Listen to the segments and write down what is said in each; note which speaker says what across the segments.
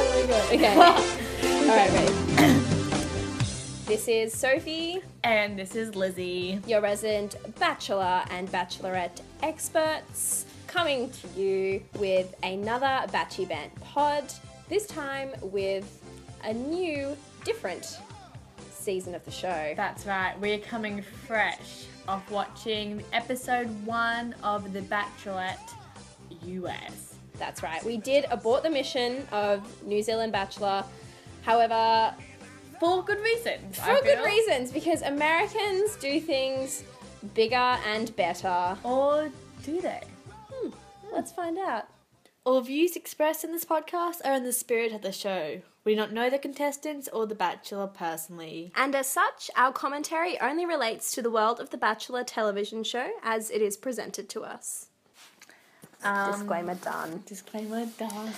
Speaker 1: Okay. All right, ready. this is Sophie,
Speaker 2: And this is Lizzie.
Speaker 1: your resident bachelor and bachelorette experts, coming to you with another Batchy Bent pod, this time with a new, different season of the show.
Speaker 2: That's right, we're coming fresh off watching episode one of The Bachelorette US.
Speaker 1: That's right. We did abort the mission of New Zealand Bachelor. However,
Speaker 2: For good reasons. I
Speaker 1: for good
Speaker 2: feel.
Speaker 1: reasons, because Americans do things bigger and better.
Speaker 2: Or do they?
Speaker 1: Let's find out.
Speaker 3: All views expressed in this podcast are in the spirit of the show. We do not know the contestants or the bachelor personally.
Speaker 1: And as such, our commentary only relates to the world of The Bachelor television show as it is presented to us. Disclaimer done.
Speaker 2: Disclaimer done.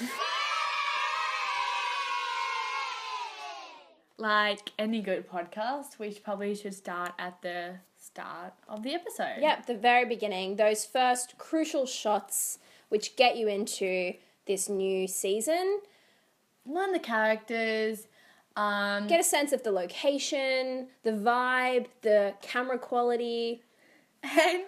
Speaker 2: Like any good podcast, we should- probably should start at the start of the episode.
Speaker 1: Yep, the very beginning, those first crucial shots which get you into this new season.
Speaker 2: Learn the characters. Um,
Speaker 1: Get a sense of the location, the vibe, the camera quality.
Speaker 2: And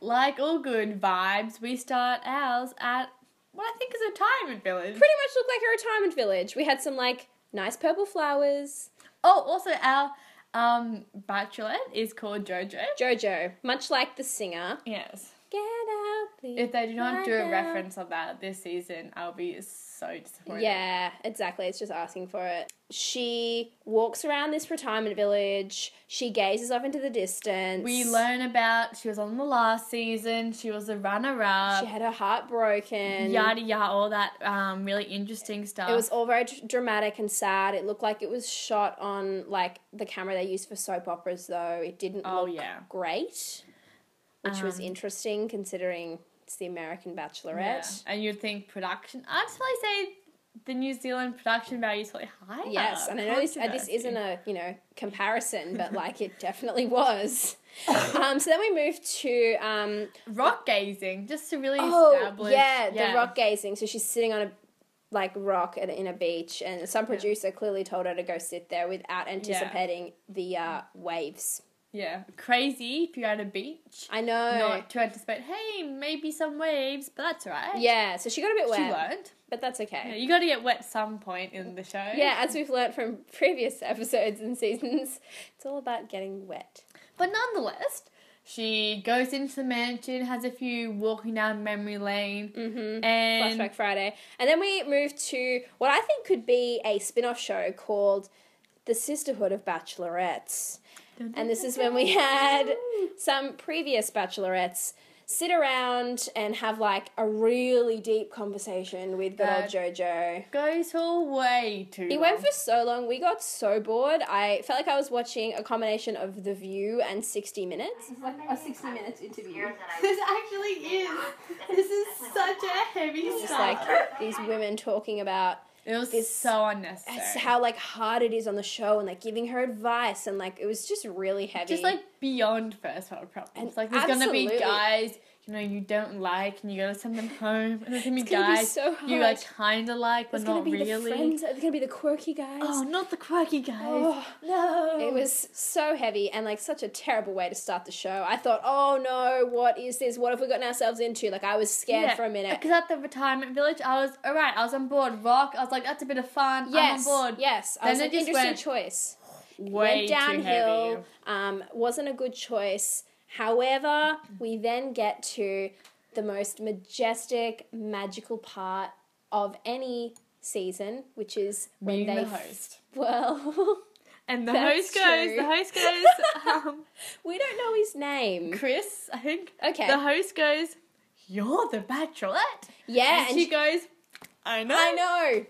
Speaker 2: like all good vibes, we start ours at what I think is a retirement village.
Speaker 1: Pretty much looked like a retirement village. We had some like nice purple flowers.
Speaker 2: oh, also our um bachelorette is called Jojo.
Speaker 1: Jojo, much like the singer.
Speaker 2: yes.
Speaker 1: Get out, please.
Speaker 2: If they do not do a
Speaker 1: Right now.
Speaker 2: reference of that this season, I'll be so disappointed.
Speaker 1: Yeah, exactly. It's just asking for it. She walks around this retirement village. She gazes off into the distance.
Speaker 2: We learn about she was on the last season. She was a runner-up.
Speaker 1: she had her heart broken.
Speaker 2: yada yada, all that um, really interesting stuff.
Speaker 1: It was all very dr- dramatic and sad. It looked like it was shot on like the camera they use for soap operas, though. It didn't
Speaker 2: oh
Speaker 1: look
Speaker 2: yeah,
Speaker 1: great, which was
Speaker 2: Um,
Speaker 1: interesting considering it's the American
Speaker 2: yeah.
Speaker 1: Bachelorette.
Speaker 2: And you'd think production. I'd probably say the New Zealand production value is probably higher.
Speaker 1: Yes, and I know this, uh, this
Speaker 2: Controversy.
Speaker 1: isn't a you know comparison, but like it definitely was. um, so then we moved to um,
Speaker 2: rock gazing just to really
Speaker 1: oh
Speaker 2: establish
Speaker 1: yeah, the rock gazing. So she's sitting on a like rock at, in a beach, and some producer clearly told her to go sit there without anticipating the uh, waves.
Speaker 2: yeah crazy if you're at a beach
Speaker 1: I know.
Speaker 2: not to anticipate hey maybe some waves but that's all right
Speaker 1: yeah, so she got a bit
Speaker 2: she
Speaker 1: wet,
Speaker 2: learned
Speaker 1: but that's okay.
Speaker 2: yeah, you got to get wet some point in the show
Speaker 1: yeah, as we've learnt from previous episodes and seasons, it's all about getting wet.
Speaker 2: but nonetheless she goes into the mansion has a few walking down memory lane mm-hmm. and
Speaker 1: Mm, Flashback Friday. And then we moved to what I think could be a spin off show called The Sisterhood of Bachelorettes. And this is when we had some previous bachelorettes sit around and have like a really deep conversation with good old
Speaker 2: That-
Speaker 1: JoJo.
Speaker 2: goes all way too
Speaker 1: It went for so long, we got so bored. I felt like I was watching a combination of The View and 60 Minutes. It's like a 60 Minutes interview.
Speaker 2: this actually is this is such a heavy
Speaker 1: It's just like these women talking about
Speaker 2: it was
Speaker 1: this-
Speaker 2: so unnecessary
Speaker 1: It's how like hard it is on the show and like giving her advice and like it was just really heavy.
Speaker 2: just like beyond first world problems.
Speaker 1: And
Speaker 2: like there's gonna
Speaker 1: absolutely.
Speaker 2: be guys you know you don't like and you gotta send them home. And there's gonna be
Speaker 1: It's gonna be
Speaker 2: guys
Speaker 1: so hard.
Speaker 2: you like kinda like but
Speaker 1: it's gonna
Speaker 2: not
Speaker 1: be the
Speaker 2: really.
Speaker 1: friends. It's gonna be the quirky guys.
Speaker 2: Oh, not the quirky guys.
Speaker 1: Oh,
Speaker 2: no.
Speaker 1: It was so heavy and like such a terrible way to start the show. I thought, oh no, what is this? What have we gotten ourselves into? Like I was scared for a minute.
Speaker 2: Because at the retirement village, I was all right. I was on board. Rock. I was like, that's a bit of fun.
Speaker 1: Yes,
Speaker 2: I'm on board.
Speaker 1: yes. I
Speaker 2: Then
Speaker 1: was
Speaker 2: it
Speaker 1: like,
Speaker 2: just
Speaker 1: interesting
Speaker 2: went
Speaker 1: choice.
Speaker 2: Way
Speaker 1: went
Speaker 2: too heavy.
Speaker 1: downhill. Um, wasn't a good choice. However, we then get to the most majestic, magical part of any season, which is when
Speaker 2: Being
Speaker 1: they
Speaker 2: the host.
Speaker 1: well,
Speaker 2: And the
Speaker 1: That's
Speaker 2: host goes.
Speaker 1: true.
Speaker 2: The host goes. um,
Speaker 1: we don't know his name.
Speaker 2: Chris, I think.
Speaker 1: Okay.
Speaker 2: The host goes. You're the Bachelorette.
Speaker 1: Yeah,
Speaker 2: and,
Speaker 1: and
Speaker 2: she goes, I know.
Speaker 1: I know.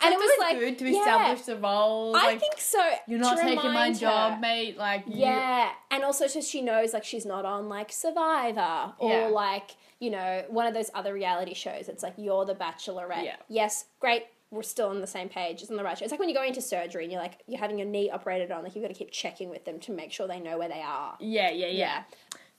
Speaker 1: And it was like
Speaker 2: good to
Speaker 1: yeah,
Speaker 2: establish the roles.
Speaker 1: I
Speaker 2: like,
Speaker 1: think so.
Speaker 2: you're not
Speaker 1: to
Speaker 2: taking my
Speaker 1: remind
Speaker 2: job,
Speaker 1: her.
Speaker 2: mate. Like, you-
Speaker 1: Yeah, and also so she knows like she's not on like Survivor or
Speaker 2: Yeah.
Speaker 1: like you know one of those other reality shows. It's like you're the Bachelorette.
Speaker 2: Yeah.
Speaker 1: Yes, great. We're still on the same page. It's on the right show. It's like when you go into surgery and you're like you're having your knee operated on. Like you've got to keep checking with them to make sure they know where they are.
Speaker 2: yeah, yeah, yeah,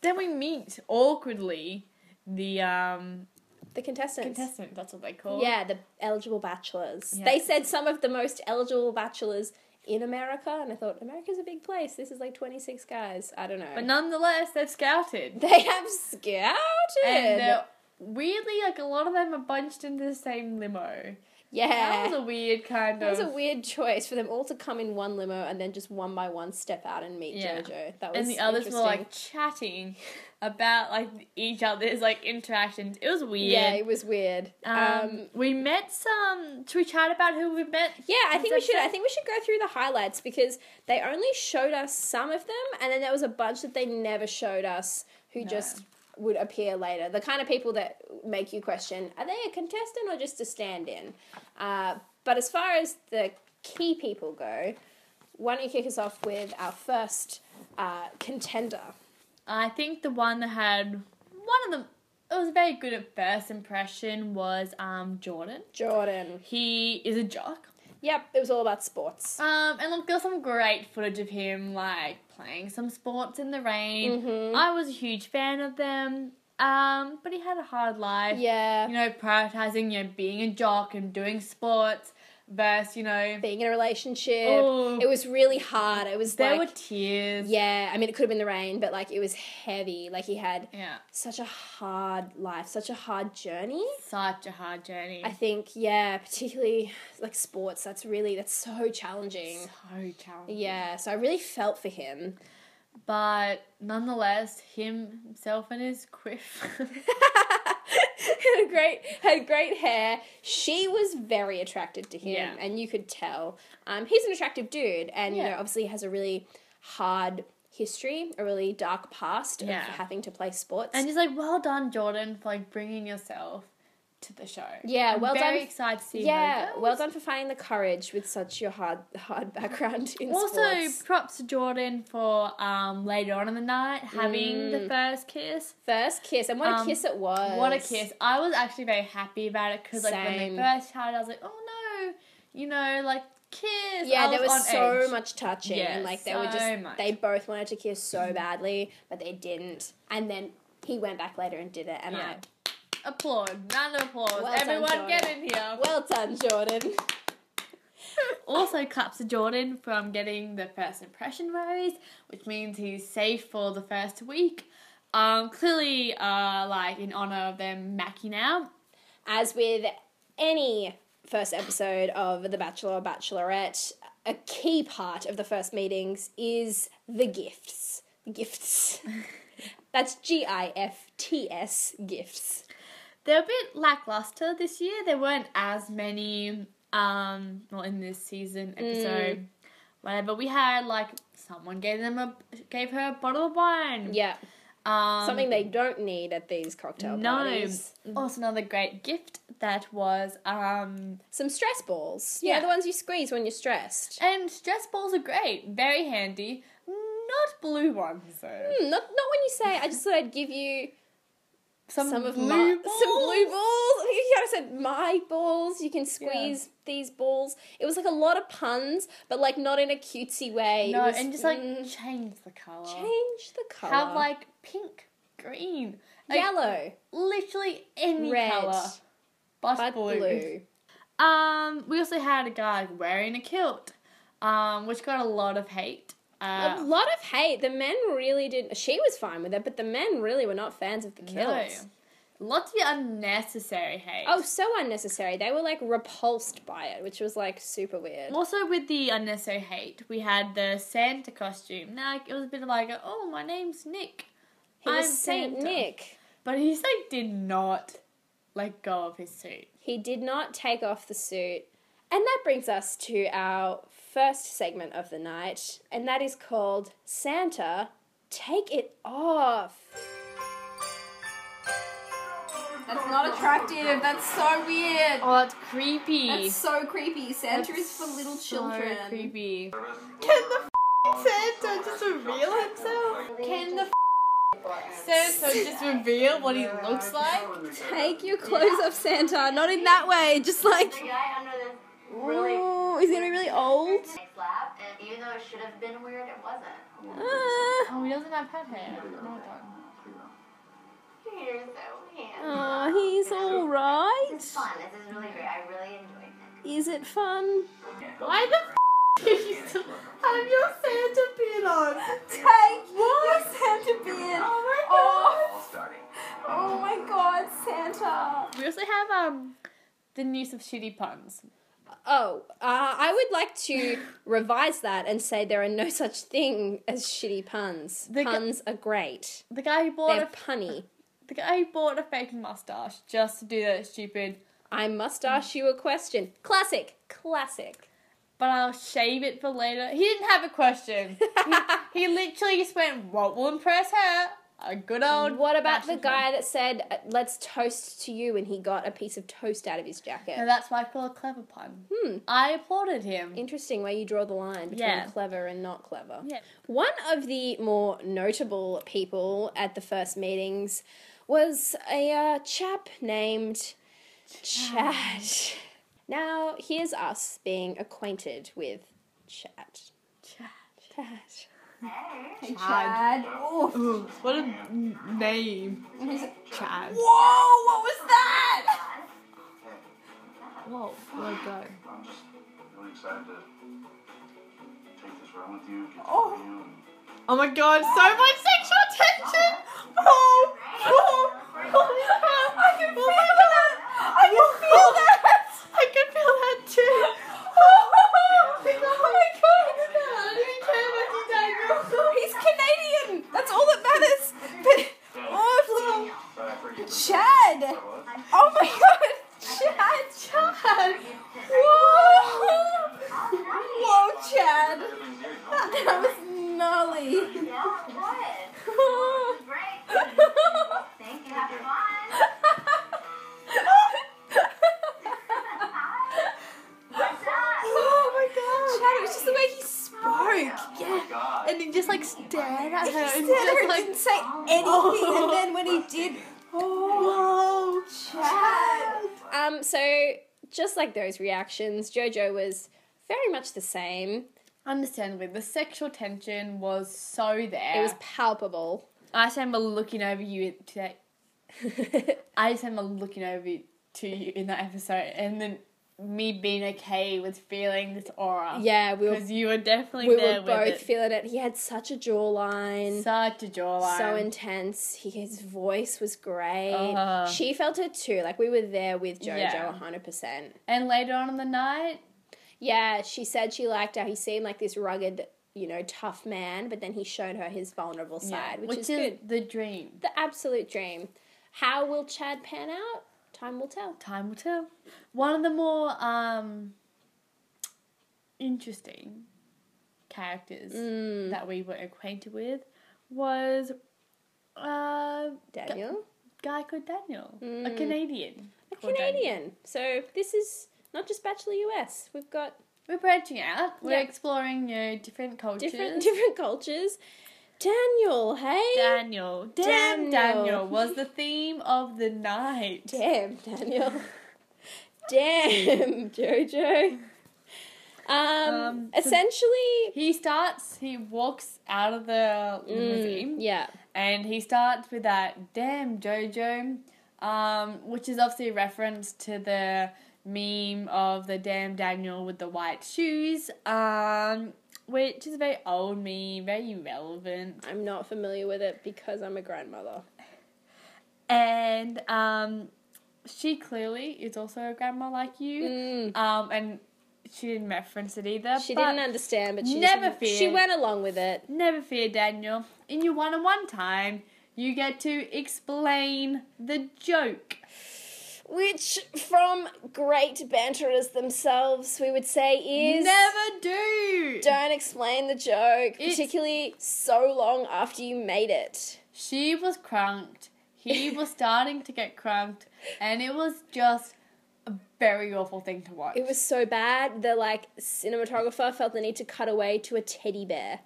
Speaker 2: Then we meet awkwardly the um
Speaker 1: the contestants.
Speaker 2: Contestant, that's what they call.
Speaker 1: Yeah, the eligible bachelors.
Speaker 2: Yeah.
Speaker 1: They said some of the most eligible bachelors in America, and I thought America's a big place. This is like twenty six guys. I don't know.
Speaker 2: But nonetheless, they're scouted.
Speaker 1: they have scouted.
Speaker 2: And uh, weirdly, like a lot of them are bunched into the same limo.
Speaker 1: yeah,
Speaker 2: That was a weird kind
Speaker 1: That was
Speaker 2: of.
Speaker 1: a weird choice for them all to come in one limo and then just one by one step out and meet
Speaker 2: Yeah.
Speaker 1: Jojo. That was
Speaker 2: and the others were
Speaker 1: interesting.
Speaker 2: like chatting about like each other's like interactions. It was weird.
Speaker 1: yeah, it was weird. Um,
Speaker 2: Um, we met some. Should we chat about who we met?
Speaker 1: yeah, I think we
Speaker 2: that's
Speaker 1: should.
Speaker 2: it.
Speaker 1: I think we should go through the highlights because they only showed us some of them, and then there was a bunch that they never showed us who
Speaker 2: No.
Speaker 1: just would appear later. The kind of people that make you question: Are they a contestant or just a stand-in? Uh, but as far as the key people go, why don't you kick us off with our first uh, contender?
Speaker 2: I think the one that had one of the. It was very good at first impression was um Jordan.
Speaker 1: Jordan.
Speaker 2: He is a jock.
Speaker 1: Yep, it was all about sports.
Speaker 2: Um, and look, there's some great footage of him like playing some sports in the rain.
Speaker 1: Mhm.
Speaker 2: I was a huge fan of them. Um, but he had a hard life.
Speaker 1: Yeah,
Speaker 2: You know, prioritizing you know being a jock and doing sports versus you know
Speaker 1: being in a relationship.
Speaker 2: Oh.
Speaker 1: It was really hard. It was
Speaker 2: there
Speaker 1: like,
Speaker 2: were tears.
Speaker 1: yeah, I mean, it could have been the rain, but like it was heavy. Like he had
Speaker 2: Yeah.
Speaker 1: such a hard life, such a hard journey.
Speaker 2: Such a hard journey.
Speaker 1: I think, yeah, particularly like sports, that's really, that's so challenging.
Speaker 2: so challenging.
Speaker 1: Yeah, so I really felt for him.
Speaker 2: But nonetheless, him, himself and his quiff.
Speaker 1: had great had great hair. She was very attracted to him,
Speaker 2: Yeah.
Speaker 1: and you could tell. Um, he's an attractive dude, and you
Speaker 2: Yeah.
Speaker 1: know, obviously has a really hard history, a really dark past
Speaker 2: Yeah.
Speaker 1: of having to play sports.
Speaker 2: and he's like, well done, Jordan, for like bringing yourself to the show.
Speaker 1: Yeah,
Speaker 2: I'm
Speaker 1: well
Speaker 2: very
Speaker 1: done.
Speaker 2: excited to see how
Speaker 1: yeah,
Speaker 2: it goes.
Speaker 1: well done for finding the courage with such your hard hard background in
Speaker 2: Also,
Speaker 1: sports.
Speaker 2: props to Jordan for um, later on in the night having the
Speaker 1: Mm.
Speaker 2: first kiss.
Speaker 1: First kiss, and what a
Speaker 2: Um,
Speaker 1: kiss it was!
Speaker 2: What a kiss! I was actually very happy about it because like when
Speaker 1: Same.
Speaker 2: they first had, it, I was like, oh no, you know, like kiss.
Speaker 1: Yeah,
Speaker 2: I
Speaker 1: there
Speaker 2: was
Speaker 1: was
Speaker 2: on
Speaker 1: so
Speaker 2: edge.
Speaker 1: much touching, and
Speaker 2: Yeah,
Speaker 1: like they were
Speaker 2: so
Speaker 1: just
Speaker 2: much.
Speaker 1: they both wanted to kiss so badly, but they didn't. And then he went back later and did it, and
Speaker 2: Yeah. Applaud, round of applause.
Speaker 1: Well done,
Speaker 2: Everyone get in
Speaker 1: Jordan.
Speaker 2: here.
Speaker 1: I well done, Jordan.
Speaker 2: Also, claps to Jordan from getting the first impression rose, which means he's safe for the first week. Um, clearly, uh, like in honor of them macking out.
Speaker 1: As with any first episode of The Bachelor or Bachelorette, a key part of the first meetings is the gifts. Gifts. That's G I F T S gifts.
Speaker 2: They're a bit lackluster this year. There weren't as many, um, well, in this season
Speaker 1: Hmm.
Speaker 2: episode, whatever. We had like someone gave them a gave her a bottle of wine.
Speaker 1: Yeah,
Speaker 2: Um,
Speaker 1: something they don't need at these cocktail
Speaker 2: no.
Speaker 1: parties.
Speaker 2: Also, another great gift that was um
Speaker 1: Some stress balls. Yeah,
Speaker 2: Yeah.
Speaker 1: the ones you squeeze when you're stressed.
Speaker 2: And stress balls are great, very handy. Not blue ones though.
Speaker 1: Hmm, not not when you say. I just thought I'd give you some, of
Speaker 2: blue
Speaker 1: my
Speaker 2: balls?
Speaker 1: some blue balls. You kind of said my balls. You can squeeze these balls. It was like a lot of puns, but like not in a cutesy way. It
Speaker 2: No,
Speaker 1: was,
Speaker 2: and just like
Speaker 1: mm,
Speaker 2: change the color.
Speaker 1: change the color.
Speaker 2: Have like pink, green, like,
Speaker 1: yellow,
Speaker 2: literally any
Speaker 1: red,
Speaker 2: color, but,
Speaker 1: but
Speaker 2: blue.
Speaker 1: blue.
Speaker 2: Um, we also had a guy wearing a kilt, um, which got a lot of hate. Uh,
Speaker 1: A lot of hate. The men really didn't. She was fine with it, but the men really were not fans of the kilt.
Speaker 2: no. Lots of unnecessary hate.
Speaker 1: Oh, so unnecessary. They were like repulsed by it, which was like super weird.
Speaker 2: Also, with the unnecessary hate, we had the Santa costume. Now, like, it was a bit of like, a, oh, my name's Nick,
Speaker 1: He was
Speaker 2: I'm
Speaker 1: Saint
Speaker 2: Santa.
Speaker 1: Nick.
Speaker 2: but he's like did not let go of his suit.
Speaker 1: He did not take off the suit. And that brings us to our first segment of the night, and that is called Santa Take It Off. That's not attractive. That's so weird.
Speaker 2: Oh, that's creepy.
Speaker 1: so creepy. Santa
Speaker 2: So creepy.
Speaker 3: Santa just reveal himself?
Speaker 1: Can the f-
Speaker 2: Santa just reveal what he looks like.
Speaker 1: take your clothes off, Santa? Not in that way. Just like,
Speaker 4: The guy under the really
Speaker 1: ooh, he's gonna be really old.
Speaker 4: nice lap, and even though it should have been weird, it wasn't.
Speaker 1: Ah.
Speaker 2: Oh, he doesn't have pet hair. Well done.
Speaker 4: Peter's so handsome.
Speaker 1: Oh, he's all right.
Speaker 4: This is fun. This is really great. I really enjoyed it.
Speaker 1: Is it fun?
Speaker 2: Why the f do you still have your Santa beard on?
Speaker 1: Take your Santa beard. Oh my god. Oh my god, Santa.
Speaker 2: We also have um the news of shitty puns.
Speaker 1: Oh, uh, I would like to revise that and say there are no such thing as shitty puns.
Speaker 2: The g-
Speaker 1: puns are great.
Speaker 2: The guy who bought
Speaker 1: They're
Speaker 2: a,
Speaker 1: punny.
Speaker 2: the guy who bought a fake mustache just to do that stupid.
Speaker 1: I must ask you a question. Classic. Classic.
Speaker 2: But I'll shave it for later. He didn't have a question. he literally just went, "What will impress her?" A good old.
Speaker 1: What about the
Speaker 2: fashioned pun.
Speaker 1: guy that said, uh, let's toast to you, and he got a piece of toast out of his
Speaker 2: Now
Speaker 1: jacket?
Speaker 2: that's why I call a clever pun.
Speaker 1: Hmm.
Speaker 2: I applauded him.
Speaker 1: Interesting where you draw the line between
Speaker 2: Yeah.
Speaker 1: clever and not clever.
Speaker 2: Yeah.
Speaker 1: One of the more notable people at the first meetings was a uh, chap named Chad. Now, here's us being acquainted with Chad.
Speaker 2: Chad.
Speaker 1: Chad.
Speaker 4: Hey.
Speaker 2: Chad. What a name. Chad.
Speaker 1: Whoa, what was that?
Speaker 2: Whoa, where'd I go?
Speaker 5: I'm just really excited to take this run with you, get to know you, and
Speaker 2: Oh my god, so much sexual tension! Oh, oh, oh, I can feel that! I can feel that! oh. I can feel that too! Oh my god! I don't even care about you, Daniel! He's Canadian! That's all that matters! But, oh,
Speaker 5: but I forget
Speaker 2: Chad!
Speaker 5: what it was.
Speaker 2: Oh my god! Chad! Chad! Whoa! Whoa, Chad!
Speaker 5: Everything's here, don't worry.
Speaker 2: That was gnarly! Oh.
Speaker 4: Yeah, it was. Great. Thank you. Have fun. Hi. What's up?
Speaker 2: Oh my god!
Speaker 3: Chad, it was just the way he spoke.
Speaker 5: Oh my God.
Speaker 2: And he just like stared at her
Speaker 3: Said
Speaker 2: and just
Speaker 3: her
Speaker 2: like,
Speaker 3: didn't say anything, and then when he did,
Speaker 2: whoa!
Speaker 3: Oh, Chad.
Speaker 1: Um, so, just like those reactions, JoJo was very much the same.
Speaker 2: Understandably, the sexual tension was so there.
Speaker 1: It was palpable.
Speaker 2: I just remember looking over you to that. I just remember looking over to you in that episode, and then me being okay with feeling this aura.
Speaker 1: yeah, we were
Speaker 2: because you were definitely
Speaker 1: we
Speaker 2: there
Speaker 1: were both
Speaker 2: with it.
Speaker 1: feeling it. He had such a jawline,
Speaker 2: Such a jawline.
Speaker 1: so intense. He, his voice was great.
Speaker 2: Uh-huh.
Speaker 1: She felt it too. Like we were there with JoJo,
Speaker 2: Yeah.
Speaker 1: hundred percent.
Speaker 2: and later on in the night,
Speaker 1: Yeah, she said she liked how he seemed like this rugged, you know, tough man, but then he showed her his vulnerable
Speaker 2: yeah,
Speaker 1: side, which, is, good.
Speaker 2: the dream.
Speaker 1: The absolute dream. How will Chad pan out? Time will tell.
Speaker 2: time will tell. One of the more um, interesting characters
Speaker 1: Mm.
Speaker 2: that we were acquainted with was uh,
Speaker 1: Daniel,
Speaker 2: guy called Daniel, a
Speaker 1: Mm.
Speaker 2: Canadian.
Speaker 1: a
Speaker 2: called Daniel.
Speaker 1: Canadian. So this is not just Bachelor US. We've got
Speaker 2: We're branching out. We're
Speaker 1: Yeah.
Speaker 2: exploring you know, different cultures.
Speaker 1: different different cultures. Daniel, hey.
Speaker 2: Daniel, damn
Speaker 1: Daniel.
Speaker 2: Daniel was the theme of the night.
Speaker 1: Damn, Daniel. Damn, Jojo. Um,
Speaker 2: Um, so-
Speaker 1: essentially,
Speaker 2: He starts. He walks out of the
Speaker 1: mm,
Speaker 2: limousine.
Speaker 1: yeah,
Speaker 2: And he starts with that damn JoJo, um, which is obviously a reference to the meme of the damn Daniel with the white shoes, um, which is a very old meme, very irrelevant.
Speaker 1: I'm not familiar with it because I'm a grandmother.
Speaker 2: And um, she clearly is also a grandma like you,
Speaker 1: Mm,
Speaker 2: um, and she didn't reference it either.
Speaker 1: she
Speaker 2: but
Speaker 1: didn't understand, Uh, but she
Speaker 2: never
Speaker 1: just, she
Speaker 2: feared.
Speaker 1: went along with it.
Speaker 2: Never fear, Daniel. In your one-on-one time, you get to explain the joke.
Speaker 1: Which, from great banterers themselves, we would say is
Speaker 2: Never do.
Speaker 1: don't explain the joke,
Speaker 2: It's-
Speaker 1: particularly so long after you made it.
Speaker 2: She was crunked. He was starting to get crunked, and it was just a very awful thing to watch.
Speaker 1: It was so bad that like cinematographer felt the need to cut away to a teddy bear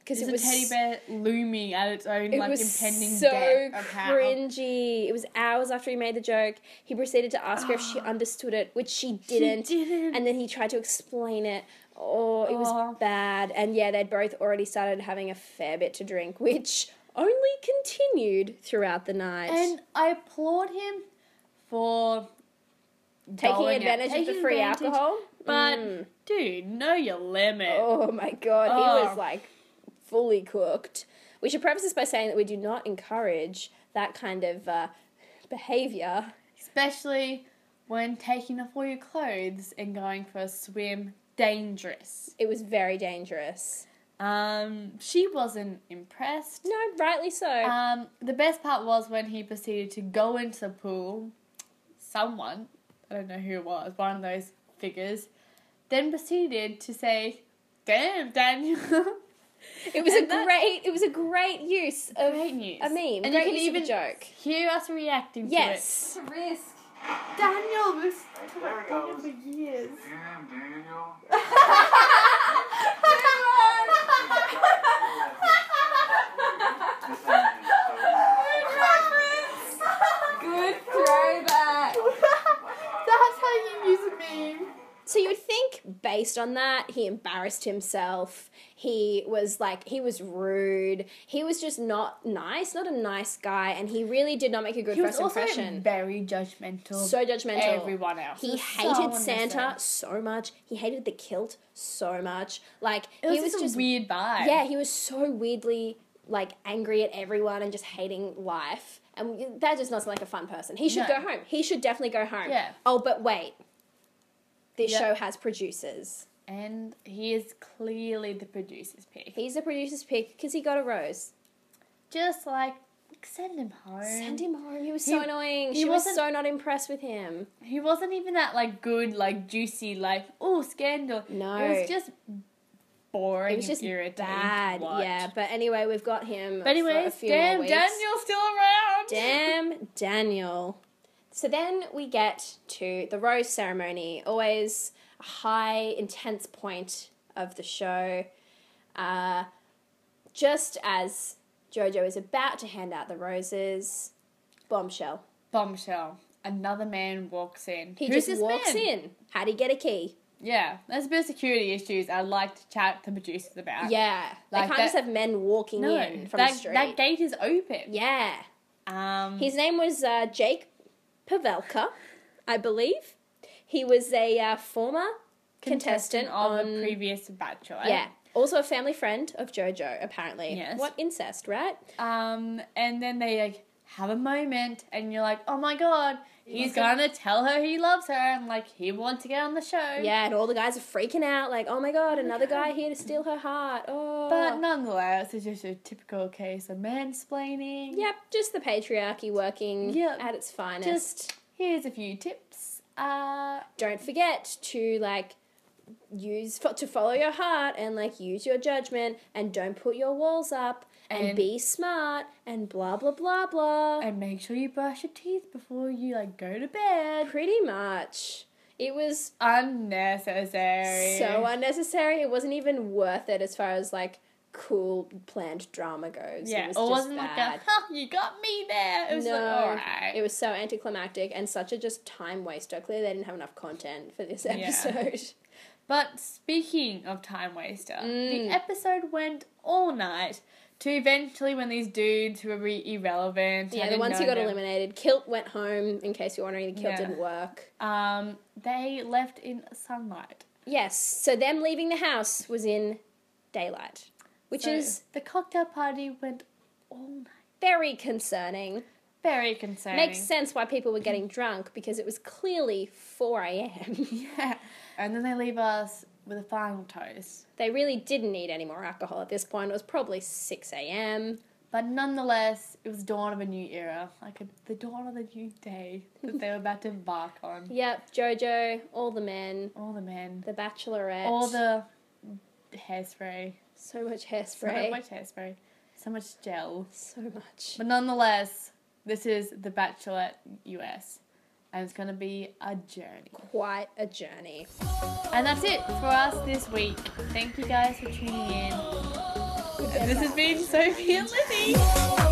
Speaker 1: because
Speaker 2: There's
Speaker 1: it was
Speaker 2: a teddy bear looming at its own
Speaker 1: It
Speaker 2: like
Speaker 1: was
Speaker 2: impending
Speaker 1: so
Speaker 2: death. of how-
Speaker 1: cringy. It was hours after he made the joke. He proceeded to ask her if she understood it, which she didn't.
Speaker 2: She didn't.
Speaker 1: And then he tried to explain it. Oh, it
Speaker 2: Oh.
Speaker 1: was bad. And yeah, they'd both already started having a fair bit to drink, which only continued throughout the night.
Speaker 2: And I applaud him for
Speaker 1: taking
Speaker 2: going out-
Speaker 1: advantage of the
Speaker 2: taking
Speaker 1: free
Speaker 2: advantage,
Speaker 1: alcohol.
Speaker 2: But
Speaker 1: Mm.
Speaker 2: dude, know your limit.
Speaker 1: Oh my god, he was
Speaker 2: Oh.
Speaker 1: like fully cooked. We should preface this by saying that we do not encourage that kind of uh, behavior.
Speaker 2: Especially when taking off all your clothes and going for a swim. Dangerous.
Speaker 1: It was very dangerous.
Speaker 2: Um, she wasn't impressed.
Speaker 1: No, rightly so.
Speaker 2: Um, the best part was when he proceeded to go into the pool. Someone, I don't know who it was, one of those figures, then proceeded to say, "Damn, Daniel."
Speaker 1: it was a
Speaker 2: and that-
Speaker 1: great. It was a great use of
Speaker 2: Oh, Great news.
Speaker 1: a meme.
Speaker 2: And
Speaker 1: great
Speaker 2: you can
Speaker 1: use of a
Speaker 2: even
Speaker 1: joke.
Speaker 2: hear us reacting
Speaker 1: Yes.
Speaker 4: a risk.
Speaker 3: Daniel was
Speaker 5: There it goes.
Speaker 3: for years.
Speaker 5: Damn, Daniel.
Speaker 4: Good throwback.
Speaker 3: That's how you use a meme.
Speaker 1: So you would think, based on that, he embarrassed himself. He was like, he was rude. He was just not nice, not a nice guy, and he really did not make a
Speaker 2: to
Speaker 1: good
Speaker 2: it. He was
Speaker 1: first
Speaker 2: also
Speaker 1: impression.
Speaker 2: very judgmental.
Speaker 1: so judgmental.
Speaker 2: Everyone else.
Speaker 1: He
Speaker 2: It was so
Speaker 1: hated
Speaker 2: unnecessary.
Speaker 1: Santa so much. He hated the kilt so much. Like
Speaker 2: It was,
Speaker 1: he was
Speaker 2: just,
Speaker 1: just
Speaker 2: a weird vibe.
Speaker 1: yeah, he was so weirdly like angry at everyone and just hating life. And that just not sound like a fun person. He should
Speaker 2: No.
Speaker 1: go home. He should definitely go home.
Speaker 2: Yeah.
Speaker 1: Oh, but wait. This
Speaker 2: Yeah.
Speaker 1: show has producers.
Speaker 2: And he is clearly the producer's pick.
Speaker 1: He's a producer's pick because he got a rose.
Speaker 2: Just like send him home.
Speaker 1: Send him home. He was so
Speaker 2: Mm. He-
Speaker 1: annoying.
Speaker 2: he
Speaker 1: She was
Speaker 2: wasn't-
Speaker 1: so not impressed with him.
Speaker 2: He wasn't even that like good, like juicy, like oh scandal.
Speaker 1: No.
Speaker 2: it was just boring.
Speaker 1: It was just
Speaker 2: and irritating to
Speaker 1: bad.
Speaker 2: watch.
Speaker 1: Yeah, but anyway, we've got him.
Speaker 2: But
Speaker 1: for a
Speaker 2: anyways,
Speaker 1: few more
Speaker 2: damn,
Speaker 1: weeks.
Speaker 2: Daniel's still around.
Speaker 1: Damn Daniel. So then we get to the rose ceremony, always a high, intense point of the show. Uh, just as Jojo is about to hand out the roses, bombshell.
Speaker 2: Bombshell. Another man walks in.
Speaker 1: He
Speaker 2: Who's
Speaker 1: just
Speaker 2: this
Speaker 1: walks
Speaker 2: man?
Speaker 1: in. How'd he get a key?
Speaker 2: Yeah, there's a bit of security issues I'd like to chat to the producers about.
Speaker 1: Yeah. they
Speaker 2: Uh, like
Speaker 1: can't
Speaker 2: that-
Speaker 1: just have men walking
Speaker 2: no,
Speaker 1: in from
Speaker 2: that,
Speaker 1: the street.
Speaker 2: that gate is open.
Speaker 1: yeah.
Speaker 2: Um,
Speaker 1: His name was uh, Jake Pavelka, I believe. He was a uh, former contestant,
Speaker 2: of
Speaker 1: on
Speaker 2: a previous bachelor.
Speaker 1: yeah, also a family friend of JoJo apparently.
Speaker 2: Yes.
Speaker 1: What incest, right?
Speaker 2: Um, and then they like have a moment, and you're like, oh my god, he's
Speaker 1: He's
Speaker 2: gonna tell her he loves her, and like he wants to get on the show.
Speaker 1: Yeah, and all the guys are freaking out, like, oh my god, another guy here to steal her heart. Oh,
Speaker 2: But nonetheless, it's just a typical case of mansplaining.
Speaker 1: Yep, just the patriarchy working
Speaker 2: Yep.
Speaker 1: at its finest.
Speaker 2: Just here's a few tips. Uh,
Speaker 1: don't forget to like use fo- to follow your heart and like use your judgment and don't put your walls up and,
Speaker 2: And-
Speaker 1: be smart and blah blah blah blah
Speaker 2: and make sure you brush your teeth before you like go to bed.
Speaker 1: pretty much it was
Speaker 2: Unnecessary.
Speaker 1: so unnecessary it wasn't even worth it as far as like cool planned drama goes
Speaker 2: yeah,
Speaker 1: it was
Speaker 2: or
Speaker 1: just
Speaker 2: wasn't
Speaker 1: bad
Speaker 2: like a, huh, you got me there. It was like, all right.
Speaker 1: it was so anticlimactic and such a just time waster. Clearly, they didn't have enough content for this
Speaker 2: Yeah.
Speaker 1: episode.
Speaker 2: But speaking of time waster,
Speaker 1: Mm.
Speaker 2: the episode went all night to eventually when these dudes who were re- irrelevant. I
Speaker 1: Yeah, the
Speaker 2: didn't
Speaker 1: ones who
Speaker 2: know
Speaker 1: got
Speaker 2: them,
Speaker 1: eliminated. Kilt went home, in case you're wondering, the kilt
Speaker 2: Yeah.
Speaker 1: didn't work.
Speaker 2: Um, they left in sunlight,
Speaker 1: Yes, so them leaving the house was in daylight, which
Speaker 2: So
Speaker 1: is
Speaker 2: the cocktail party went all night.
Speaker 1: very concerning.
Speaker 2: Very concerning.
Speaker 1: Makes sense why people were getting drunk because it was clearly 4 a.m.
Speaker 2: Yeah. And then they leave us with a final toast.
Speaker 1: they really didn't need any more alcohol at this point. It was probably 6 a.m.
Speaker 2: But nonetheless, it was dawn of a new era, like a, the dawn of a new day that they were about to embark on.
Speaker 1: Yep, JoJo, all the men,
Speaker 2: All the men,
Speaker 1: the bachelorette,
Speaker 2: all the hairspray.
Speaker 1: so much
Speaker 2: So
Speaker 1: hairspray, so much.
Speaker 2: much hairspray. So much gel.
Speaker 1: So much.
Speaker 2: But nonetheless, this is The Bachelorette US. And it's going to be a journey.
Speaker 1: Quite a journey.
Speaker 2: And that's it for us this week. Thank you guys for tuning in. This has been Sophie and Lizzie.